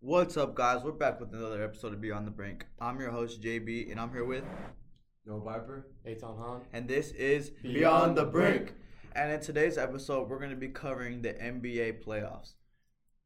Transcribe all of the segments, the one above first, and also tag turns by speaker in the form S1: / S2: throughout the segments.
S1: What's up, guys? We're back with another episode of Beyond the Brink. I'm your host, JB, and I'm here with,
S2: No Viper.
S3: Aton Han.
S1: and this is Beyond,
S2: Beyond
S1: the
S2: the
S1: Brink.
S2: Brink.
S1: And in today's episode, we're going to be covering the NBA playoffs.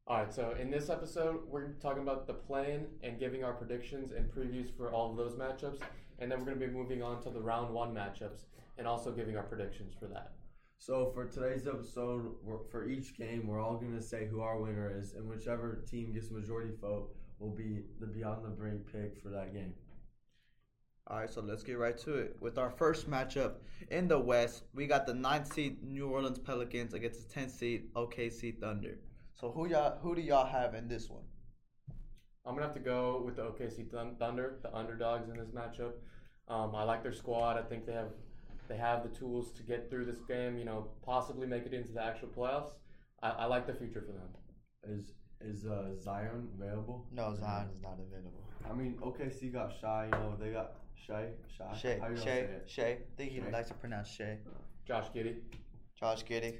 S3: All right, so in this episode, we're talking about the plan and giving our predictions and previews for all of those matchups, and then we're going to be moving on to the round one matchups and also giving our predictions for that.
S2: So for today's episode, we're, for e- each game, we're all gonna say who our winner is, and whichever team gets majority vote will be the Beyond the Brink pick for that game.
S1: All right, so let's get right to it. With our first matchup in the West, we got the 9th seed New Orleans Pelicans against the 10th seed OKC Thunder. So who y'all who do y'all have in this one?
S3: I'm going to have to go with the OKC Thun- Thunder, the underdogs in this matchup. Um, I like their squad. I think they have they have the tools to get through this game, you know, possibly make it into the actual playoffs. I, I like the future for them.
S2: Is is uh, Zion available?
S1: No, Zion is not available.
S2: I mean, OKC got shy. You know, they got shy, shy.
S1: Shay,
S2: How you gonna
S1: Shay,
S2: say it?
S1: Shay. I think he
S2: Shay.
S1: likes to pronounce Shay.
S3: Josh Giddy.
S1: Josh Giddy.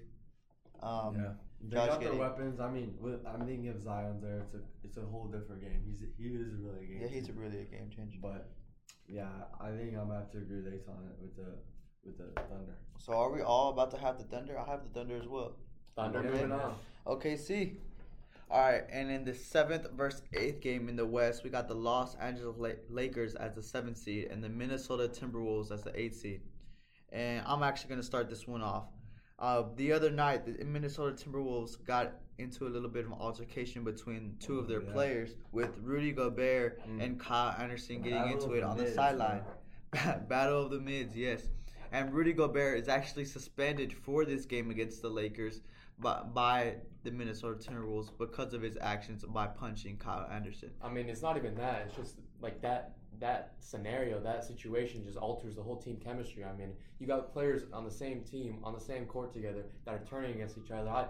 S1: Um,
S2: yeah. They
S1: Josh
S2: got their
S1: Giddey.
S2: weapons. I mean, with, I'm thinking if Zion's there, it's a it's a whole different game. He's he is really good.
S1: Yeah, he's a really a game changer.
S2: But yeah, I think I'm gonna have to agree with Aton with the with the Thunder.
S1: So are we all about to have the Thunder? I have the Thunder as well.
S3: Thunder
S2: Yeah.
S3: moving on.
S1: Okay, see. All right, and in the seventh versus eighth game in the West, we got the Los Angeles La- Lakers as the seventh seed and the Minnesota Timberwolves as the eighth seed. And I'm actually going to start this one off. Uh, the other night, the Minnesota Timberwolves got into a little bit of an altercation between two of their
S2: Oh, Yeah.
S1: players, with Rudy Gobert
S2: Mm.
S1: and Kyle Anderson getting
S2: Battle
S1: into
S2: of
S1: it
S2: the
S1: on the
S2: Mids,
S1: sideline.
S2: man.
S1: Battle of the Mids, yes. And Rudy Gobert is actually suspended for this game against the Lakers by, by the Minnesota Timberwolves because of his actions by punching Kyle Anderson.
S3: I mean, it's not even that. It's just like that that scenario, that situation just alters the whole team chemistry. I mean, you got players on the same team, on the same court together that are turning against each other. I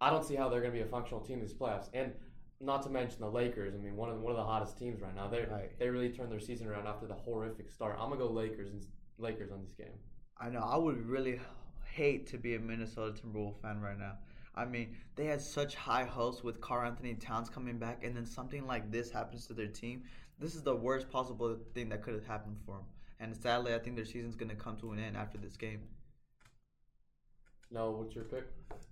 S3: I don't see how they're going to be a functional team these playoffs. And not to mention the Lakers. I mean, one of one of the hottest teams right now. They
S1: Right.
S3: they really turned their season around after the horrific start. I'm gonna go Lakers and Lakers on this game.
S1: I know I would really hate to be a Minnesota Timberwolves fan right now. I mean, they had such high hopes with Carl Anthony Towns coming back, and then something like this happens to their team. This is the worst possible thing that could have happened for them. And sadly, I think their season's going to come to an end after this game.
S3: No, what's your pick?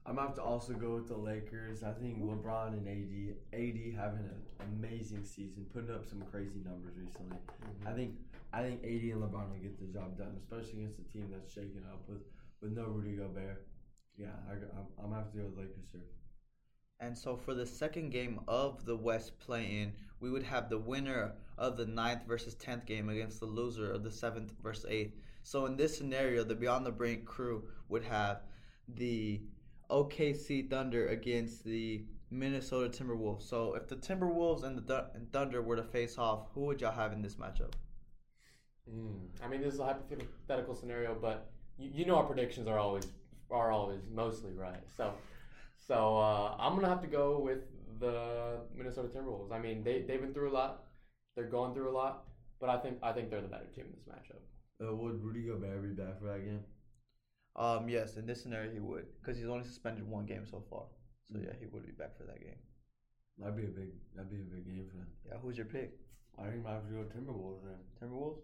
S2: I'm gonna have to also go with the Lakers. I think LeBron and AD, AD having an amazing season, putting up some crazy numbers recently. I think I think AD and LeBron will get the job done, especially against a team that's shaken up with with no Rudy Gobert. Yeah, I, am I'm gonna have to go with Lakers here.
S1: And so for the second game of the West play-in, we would have the winner of the ninth versus tenth game against the loser of the seventh versus eighth. So in this scenario, the Beyond the Brink crew would have the OKC Thunder against the Minnesota Timberwolves. So if the Timberwolves and the Thu- and Thunder were to face off, who would y'all have in this matchup?
S3: Mm. I mean, this is a hypothetical scenario, but you, you know our predictions are always are always mostly right. So, so uh, I'm gonna have to go with the Minnesota Timberwolves. I mean, they they've been through a lot, they're going through a lot, but I think I think they're the better team in this matchup.
S2: Uh, would Rudy Gobert be back for that game?
S1: Um, yes, in this scenario he would, because he's only suspended one game so far. So yeah, he would be back for that game.
S2: That'd be a big that'd be a big game for them.
S1: Yeah, who's your pick?
S2: I think I have to go Timberwolves then.
S1: Timberwolves.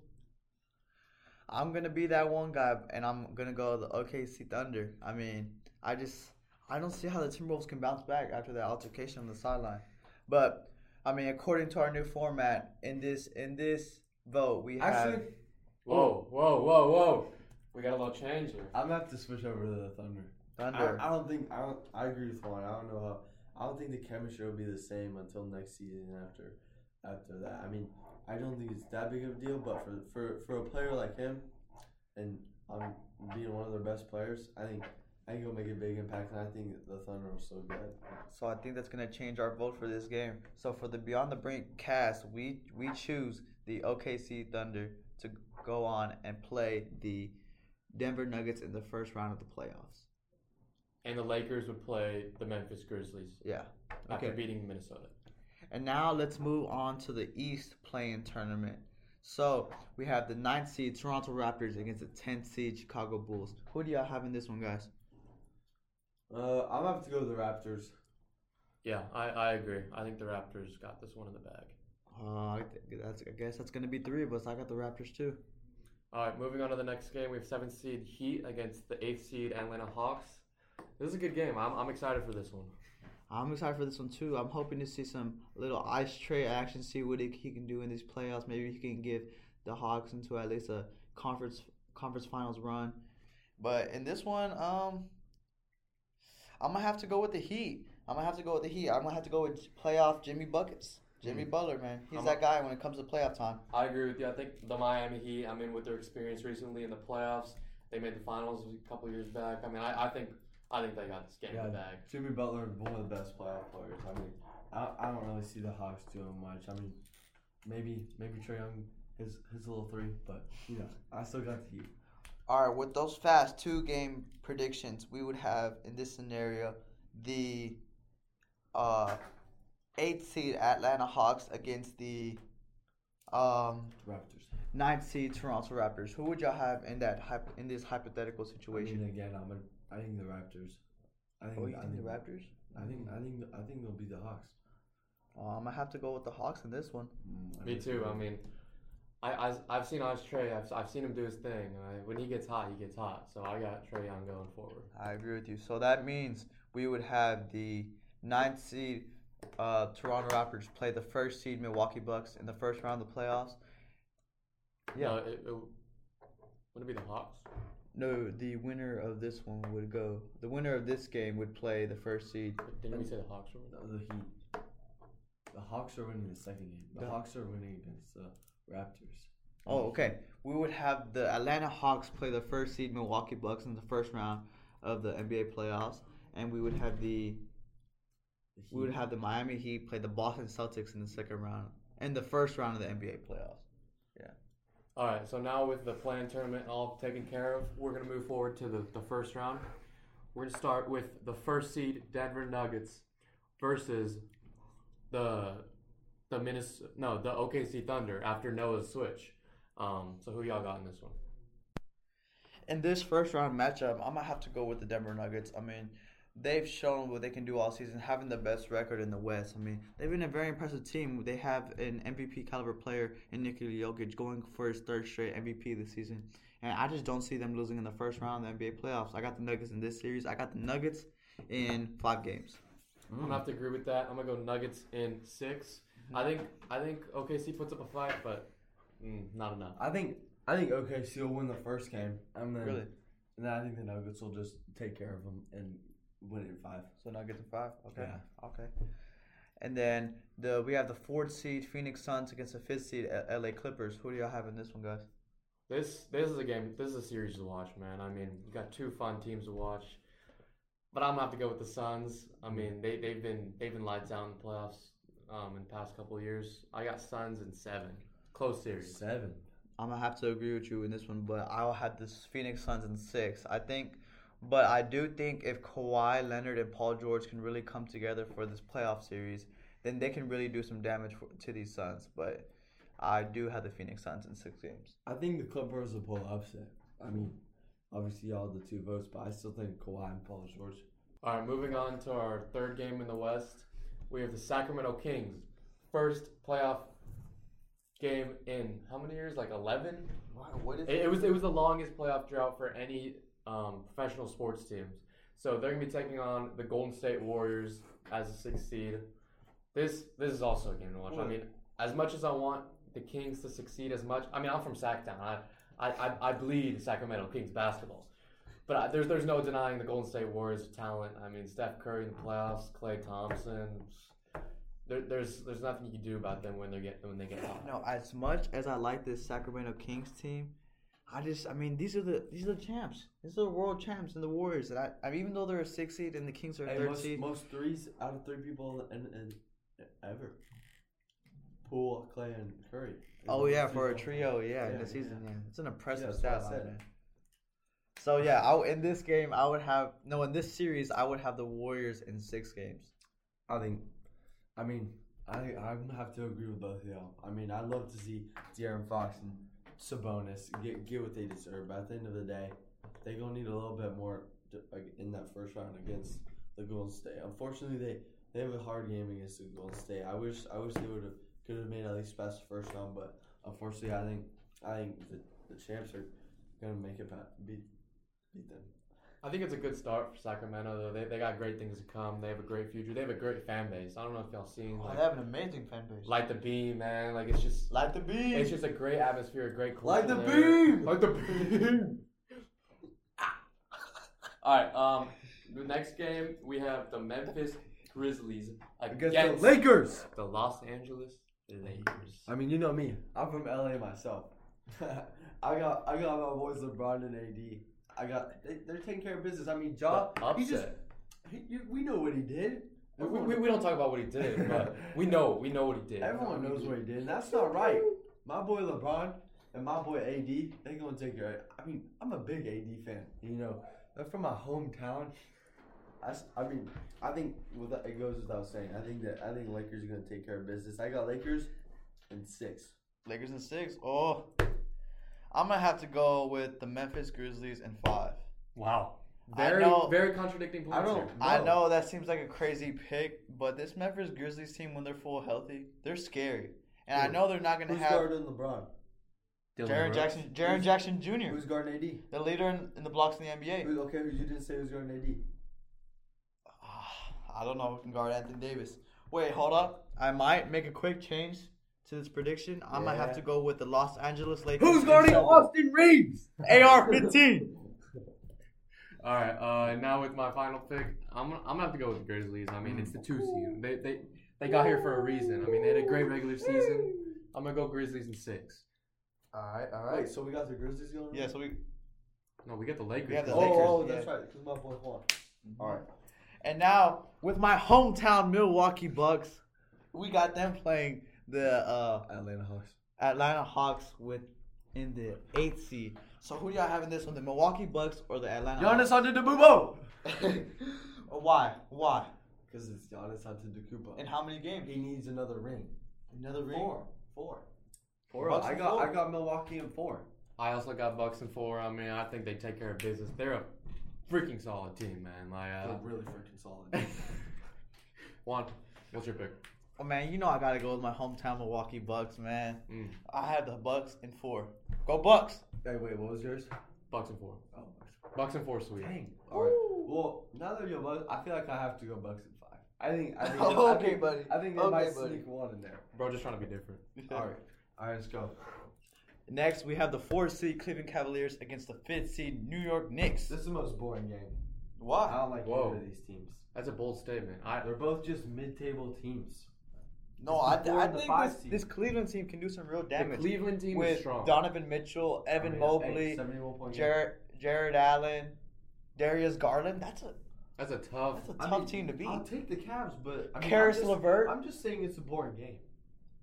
S1: I'm gonna be that one guy, and I'm gonna go the OKC Thunder. I mean, I just I don't see how the Timberwolves can bounce back after that altercation on the sideline. But I mean, according to our new format, in this in this vote, we have
S2: Actually,
S3: Whoa, whoa, whoa, whoa! We got a little change here.
S2: I'm gonna have to switch over to the Thunder.
S1: Thunder.
S2: I, I don't think I don't, I agree with Juan. I don't know how I don't think the chemistry will be the same until next season after after that. I mean, I don't think it's that big of a deal, but for for, for a player like him and um, being one of their best players, I think I think he'll make a big impact and I think the Thunder will still get it.
S1: So I think that's gonna change our vote for this game. So for the Beyond the Brink cast, we we choose the OKC Thunder to go on and play the Denver Nuggets in the first round of the playoffs.
S3: And the Lakers would play the Memphis Grizzlies
S1: Yeah.
S3: after beating Minnesota.
S1: And now let's move on to the East playing tournament. So we have the ninth seed Toronto Raptors against the 10th seed Chicago Bulls. Who do y'all have in this one, guys?
S2: Uh, I'm gonna have to go with the Raptors.
S3: Yeah, I, I agree. I think the Raptors got this one in the bag.
S1: Uh, I, think that's, I guess that's going to be three of us. I got the Raptors too.
S3: All right, moving on to the next game. We have seventh seed Heat against the eighth seed Atlanta Hawks. This is a good game. I'm, I'm excited for this one.
S1: I'm excited for this one too. I'm hoping to see some little ice tray action, see what he, he can do in these playoffs. Maybe he can give the Hawks into at least a conference conference finals run. But in this one, um, I'm gonna have to go with the Heat. I'm gonna have to go with the Heat. I'm gonna have to go with playoff Jimmy buckets. Jimmy Butler, man, he's
S3: I'm
S1: that guy when it comes to playoff time.
S3: I agree with you. I think the Miami Heat, I mean, with their experience recently in the playoffs, they made the finals a couple years back. I mean, I, I think I think they got this game in the
S2: Yeah.
S3: bag.
S2: Jimmy Butler, one of the best playoff players. I mean, I, I don't really see the Hawks doing much. I mean, maybe maybe Trae Young his his little three, but you know, I still got the Heat.
S1: All right, with those fast two game predictions, we would have in this scenario the uh, eighth seed Atlanta Hawks against the um,
S2: Raptors.
S1: ninth seed Toronto Raptors. Who would y'all have in that hypo- in this hypothetical
S2: I
S1: situation?
S2: mean, again, I'm a, I think the Raptors. I think,
S1: Oh, you
S2: I
S1: think the Raptors?
S2: I think I think I think they'll be the Hawks.
S1: Uh, I'm gonna have to go with the Hawks in this one.
S2: Mm, I
S3: Me
S2: mean-
S3: too. I mean, I, I I've seen Oz Trey. I've, I've seen him do his thing. I, when he gets hot, he gets hot. So I got Trey Young going forward.
S1: I agree with you. So that means we would have the ninth seed uh, Toronto Raptors play the first seed Milwaukee Bucks in the first round of the playoffs. Yeah.
S3: No, Uh, it, it, wouldn't it be the Hawks?
S1: No, the winner of this one would go. The winner of this game would play the first seed.
S3: Didn't we say the Hawks were?
S2: No, the Heat. The Hawks are winning the second game. The
S1: Yeah.
S2: Hawks are winning against the Raptors.
S1: Oh, okay. We would have the Atlanta Hawks play the first seed Milwaukee Bucks in the first round of the NBA playoffs, and we would have the
S2: The Heat.
S1: we would have the Miami Heat play the Boston Celtics in the second round in the first round of the NBA playoffs.
S3: All right, so now with the planned tournament all taken care of, we're going to move forward to the, the first round. We're going to start with the first seed Denver Nuggets versus the the Minnesota, no, the OKC Thunder after Noah's switch. Um, so who y'all got in this one?
S1: In this first round matchup, I'm gonna have to go with the Denver Nuggets. I mean, they've shown what they can do all season, having the best record in the West. I mean, they've been a very impressive team. They have an MVP caliber player in Nikola Jokic going for his third straight MVP this season, and I just don't see them losing in the first round of the NBA playoffs. I got the Nuggets in this series. I got the Nuggets in five games.
S3: I'm gonna have to agree with that. I'm gonna go Nuggets in six. I think I think OKC puts up a fight, but mm, not enough.
S2: I think I think OKC will win the first game, and then
S1: Really?
S2: and then I think the Nuggets will just take care of them and win it in five.
S1: So Nuggets in five. Okay.
S2: Yeah.
S1: Okay. And then the we have the fourth seed Phoenix Suns against the fifth seed L- LA Clippers. Who do y'all have in this one, guys?
S3: This this is a game. This is a series to watch, man. I mean, you got two fun teams to watch, but I'm gonna have to go with the Suns. I mean, they they've been they've been lights out in the playoffs um, in the past couple of years. I got Suns in seven, close series.
S2: Seven.
S1: I'm gonna have to agree with you in this one, but I'll have this Phoenix Suns in six. I think, but I do think if Kawhi Leonard and Paul George can really come together for this playoff series, then they can really do some damage for, to these Suns. But I do have the Phoenix Suns in six games.
S2: I think the Clippers will pull an upset. I mean, obviously all the two votes, but I still think Kawhi and Paul George.
S3: All right, moving on to our third game in the West. We have the Sacramento Kings, first playoff game in how many years? Like eleven.
S1: What is
S3: It, it was it was the longest playoff drought for any um, professional sports teams. So they're gonna be taking on the Golden State Warriors as a sixth seed. This this is also a game to watch.
S1: Hmm.
S3: I mean, as much as I want the Kings to succeed, as much I mean, I'm from Sac Town. I I, I, I bleed Sacramento Kings basketball. But I, there's there's no denying the Golden State Warriors' talent. I mean, Steph Curry in the playoffs, Clay Thompson. There, there's there's nothing you can do about them when they get when they get hot.
S1: No, as much as I like this Sacramento Kings team, I just I mean these are the these are the champs. These are the world champs and the Warriors. And I, I even though they're a six seed and the Kings are a
S2: Hey,
S1: third
S2: most,
S1: seed,
S2: most threes out of three people in, in, in ever. Poole, Clay, and Curry.
S1: Oh yeah, for a
S2: Three-point-
S1: trio, yeah, in
S2: Yeah,
S1: the season, yeah. It's an impressive
S2: that's what I
S1: stat
S2: said.
S1: line, man. So yeah, I, w- in this game, I would have no. In this series, I would have the Warriors in six games.
S2: I think, I mean, I I'm gonna have to agree with both of y'all. I mean, I'd love to see De'Aaron Fox and Sabonis get get what they deserve. But at the end of the day, they gonna need a little bit more to- like, in that first round against the Golden State. Unfortunately, they they have a hard game against the Golden State. I wish I wish they would have could have made at least past the first round, but unfortunately, I think I think the, the champs are gonna make it pa- beat beat them.
S3: I think it's a good start for Sacramento. Though they, they got great things to come. They have a great future. They have a great fan base. I don't know if y'all seen
S1: Oh,
S3: like,
S1: they have an amazing fan base.
S3: light the beam, man. Like it's just
S1: Like the beam.
S3: it's just a great atmosphere, a great
S2: Light the
S3: culture there.
S2: beam.
S3: Light the beam. All right. Um, the next game we have the Memphis Grizzlies against,
S2: Against the Lakers.
S3: the Los Angeles Lakers.
S2: I mean, you know me. I'm from LA myself. I got I got my boys LeBron and AD. I got they, they're taking care of business. I mean, Ja,
S3: The upset.
S2: he just he, you, we know what he did.
S3: we, we, we- we don't talk about what he did, but we know we know what he did.
S2: Everyone knows what he did. and That's not right. My boy LeBron and my boy AD, they gonna take care. I mean, I'm a big AD fan. You know, they're from my hometown. I, s- I mean, I think with it goes without saying. I think that I think Lakers are gonna take care of business. I got Lakers in six.
S1: Lakers in six. Oh, I'm gonna have to go with the Memphis Grizzlies in five.
S3: Wow.
S1: I
S3: Very
S1: know-
S3: very contradicting points.
S2: I don't.
S3: here.
S1: I know that seems like a crazy pick, but this Memphis Grizzlies team, when they're full healthy, they're scary. And I
S2: Who?
S1: know they're not gonna
S2: Who's
S1: have
S2: guarding LeBron?
S1: Jaron Jackson, Jaron
S2: Who's-
S1: Jackson Jr.,
S2: Who's guarding AD?
S1: the leader in, in the blocks in the NBA.
S2: Who's, okay, who you didn't say who's guarding AD?
S1: Ah, I don't know who can guard Anthony Davis. Wait, hold up. I might make a quick change to this prediction. I might have
S2: Yeah.
S1: to go with the Los Angeles Lakers. in seven.
S2: Reeves?
S1: AR-15.
S3: All right. Uh, now with my final pick, I'm gonna, I'm gonna have to go with the Grizzlies. I mean, it's the two seed. They they they got here for a reason. I mean, they had a great regular season. I'm gonna go Grizzlies in six.
S2: All right, all right. so we got the Grizzlies going.
S1: yeah, so we
S3: No, we got the Lakers.
S1: We have the
S2: Oh,
S1: Lakers,
S2: oh, that's
S1: yeah. Mm-hmm.
S2: right. Because my boy Juan. All right.
S1: And now with my hometown Milwaukee Bucks, we got them playing the uh,
S2: Atlanta Hawks.
S1: Atlanta Hawks with in the eighth seed. So who do y'all have in this one, the Milwaukee Bucks or the Atlanta? Hawks?
S2: Antetokounmpo.
S1: Why? Why?
S2: Because it's Giannis Antetokounmpo.
S1: In how many games?
S2: he needs another ring.
S1: Another ring.
S2: Four. Four. Four.
S1: Bucks
S2: I
S1: and
S2: got.
S1: four.
S2: I got Milwaukee in four.
S3: I also got Bucks in four. I mean, I think they take care of business. They're a freaking solid team, man.
S2: They're
S3: Like,
S2: really freaking solid.
S3: uh, Juan, what's your pick?
S1: Oh man, you know I gotta go with my hometown Milwaukee Bucks, man.
S3: Mm,
S1: I had the Bucks in four. Go Bucks.
S2: hey, wait. What was yours?
S3: Bucks in four.
S2: Oh,
S3: Bucks in four, sweet.
S2: dang. All right. Well, now that you're Bucks, I feel like I have to go Bucks in five. I think. I think. I
S1: Okay,
S2: think,
S1: buddy.
S2: I think they
S1: Okay,
S2: might
S1: buddy.
S2: sneak one in there.
S3: Bro, just trying to be different.
S2: All right. All right. Let's go.
S1: Next, we have the four seed Cleveland Cavaliers against the fifth seed New York Knicks.
S2: This is the most boring game. I
S1: Why?
S2: don't like
S3: Whoa.
S2: either of these teams.
S3: That's a bold statement. I
S2: They're both just mid-table teams.
S1: No, I,
S2: This is
S1: th-
S2: four
S1: I
S2: and the
S1: think
S2: five
S1: this,
S2: seed.
S1: this Cleveland team can do some real
S3: the
S1: damage.
S3: Cleveland team is
S1: with
S3: strong.
S1: Donovan Mitchell, Evan
S2: I mean, hey,
S1: Mobley,
S2: 71.8.
S1: Jared, Jared Allen, Darius Garland. That's a
S3: That's a tough.
S1: that's a
S2: I
S1: tough
S2: mean,
S1: team to beat.
S2: I'll take the Cavs, but I mean,
S1: Karis
S2: I'm just-
S1: LeVert.
S2: I'm just saying it's a boring game.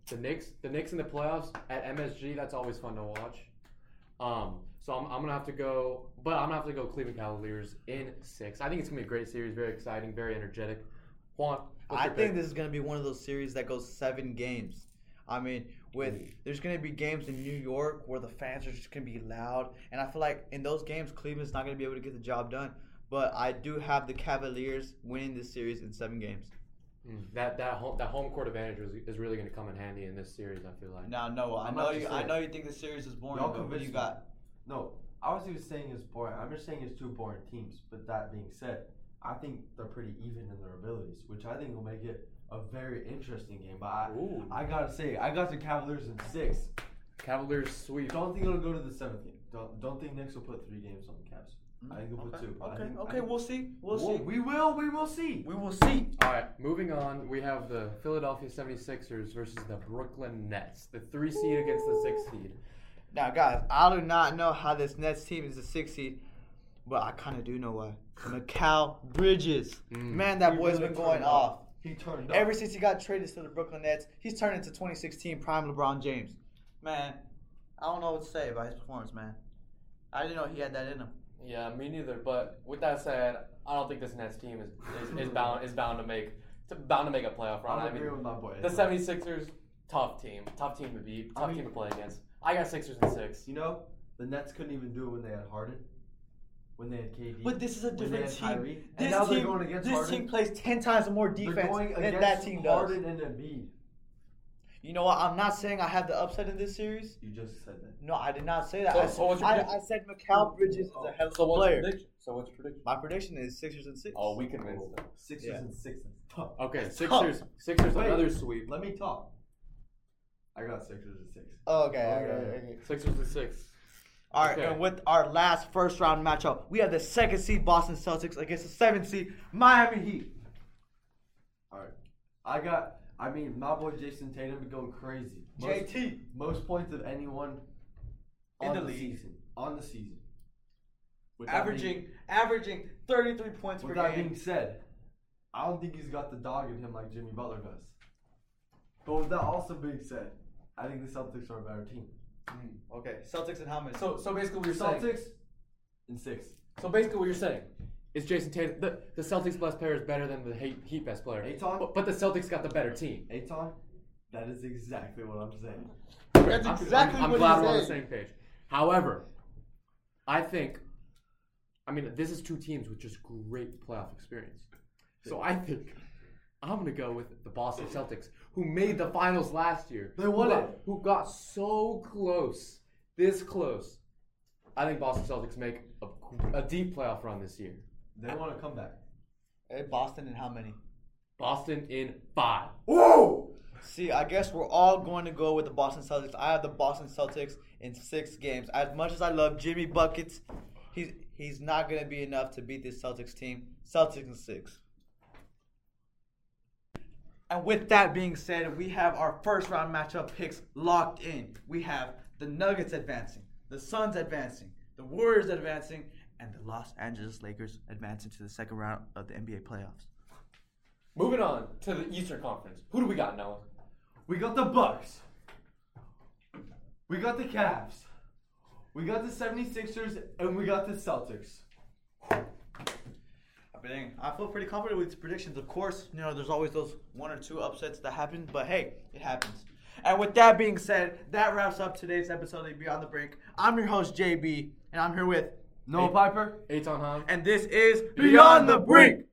S3: The Knicks, the Knicks in the playoffs at MSG, that's always fun to watch. Um, so I'm, I'm gonna have to go, but I'm gonna have to go Cleveland Cavaliers in six. I think it's gonna be a great series, very exciting, very energetic. Juan, what's
S1: I
S3: your
S1: think
S3: pick?
S1: this is going to be one of those series that goes seven games. I mean, with there's going to be games in New York where the fans are just going to be loud, and I feel like in those games Cleveland's not going to be able to get the job done. But I do have the Cavaliers winning this series in seven games.
S3: Mm, that that home that home court advantage is, is really gonna come in handy in this series. I feel like.
S1: Now, no, I
S2: I'm
S1: know
S2: not
S1: you.
S2: just
S1: I
S2: saying.
S1: know you think the series is boring.
S2: Y'all
S1: but what do you
S2: convinced
S1: got?
S2: No, I was even saying it's boring. I'm just saying it's two boring teams. But that being said, I think they're pretty even in their abilities, which I think will make it a very interesting game. But I,
S3: Ooh,
S2: I gotta say, I got the Cavaliers in six.
S3: Cavaliers sweep.
S2: Don't think it'll go to the seventh game. Don't don't think Knicks will put three games on the Cavs. I think they'll put
S1: Okay,
S2: two.
S1: Mm-hmm.
S2: I
S1: okay,
S2: think- I
S1: okay,
S2: think-
S1: we'll see. We'll
S2: Whoa,
S1: see.
S2: We will. We will see.
S1: We will see.
S3: All right, moving on. We have the Philadelphia 76ers versus the Brooklyn Nets, the three seed against the six seed.
S1: Now, guys, I do not know how this Nets team is a six seed, but I kind of do know why. Mikal Bridges,
S3: Mm.
S1: man, that
S2: He
S1: boy's
S2: really
S1: been going
S2: turned
S1: off.
S2: up. He turned up.
S1: Ever since he got traded to the Brooklyn Nets, he's turned into 2016 prime LeBron James. Man, I don't know what to say about his performance, man. I didn't know he had that in him.
S3: Yeah, me neither. But with that said, I don't think this Nets team is, is, is bound is bound to make to, bound to make a playoff run.
S2: I'm
S3: I mean,
S2: agreeing with my boy.
S3: the
S2: Ezra.
S3: 76ers, tough team, tough team to beat, tough
S2: I mean-
S3: team to play against. I got Sixers and six.
S2: You know, the Nets couldn't even do it when they had Harden. when they had KD.
S1: But this is a
S2: when they
S1: different
S2: had
S1: team.
S2: Kyrie, and
S1: This
S2: now they're
S1: team-
S2: going against
S1: this
S2: Harden.
S1: team plays ten times more
S2: They're
S1: defense
S2: going
S1: than that
S2: against
S1: team does.
S2: Harden and Embiid.
S1: You know what? I'm not saying I have the upset in this series.
S2: You just said that.
S1: No, I did not say that.
S3: So-
S1: I,
S3: so what's
S1: said,
S3: your
S1: I,
S3: prediction?
S1: I said Mikal Bridges
S2: Oh.
S1: is a hell of a player.
S3: prediction? So what's your prediction?
S1: My prediction is Sixers and six.
S3: Oh, we convinced them.
S2: Sixers
S1: Yeah.
S2: and six. That's tough.
S3: Okay, Sixers. Sixers
S2: Wait.
S3: another sweep.
S2: Let me talk. I got Sixers and six.
S1: Okay,
S2: Okay.
S1: okay, okay.
S3: Sixers and six.
S1: All right,
S3: Okay.
S1: and with our last first round matchup, we have the second seed Boston Celtics against the seventh seed Miami Heat.
S2: All right. I got. I mean, my boy Jason Tatum been going crazy. Most,
S1: JT.
S2: most points of anyone
S1: In
S2: on
S1: the
S2: the,
S1: league.
S2: season. On the season. With that being-
S1: Averaging averaging 33 points per
S2: With that
S1: game.
S2: being said, I don't think he's got the dog in him like Jimmy Butler does. But with that also being said, I think the Celtics are a better team.
S1: Okay, Celtics and how many?
S3: So so basically what
S2: The
S3: you're saying.
S2: Celtics in six.
S3: So basically what you're saying is Jason Tatum the, the Celtics best player is better than the Heat, Heat best player.
S2: Aton?
S3: But, but the Celtics got the better team.
S2: Aton, that is exactly what I'm saying.
S1: That's
S3: I'm-
S1: exactly
S3: I'm, I'm
S1: what
S3: glad
S1: he
S3: we're on the
S1: said.
S3: same page. However, I think, I mean, this is two teams with just great playoff experience. So I think I'm gonna go with the Boston Celtics, who made the finals last year.
S2: They won
S3: who got-
S2: it.
S3: Who got so close, this close. I think Boston Celtics make a, a deep playoff run this year.
S2: They want to come back.
S1: Eh, Boston and how many?
S3: Boston in five.
S2: Whoa!
S1: See, I guess we're all going to go with the Boston Celtics. I have the Boston Celtics in six games. As much as I love Jimmy Buckets, he's he's not going to be enough to beat this Celtics team. Celtics in six. And with that being said, we have our first round matchup picks locked in. We have the Nuggets advancing, the Suns advancing, the Warriors advancing, and the Los Angeles Lakers advancing to the second round of the NBA playoffs.
S3: Moving on to the Eastern Conference. Who do we got, Noah?
S2: We got the Bucks. We got the Cavs. We got the 76ers and we got the Celtics.
S1: I mean, I feel pretty confident with these predictions. Of course, you know, there's always those one or two upsets that happen, but hey, it happens. And with that being said, that wraps up today's episode of Beyond the Brink. I'm your host, JB, and I'm here with
S2: Noah Piper.
S3: Eight on high.
S1: And this is
S2: Beyond the Brink.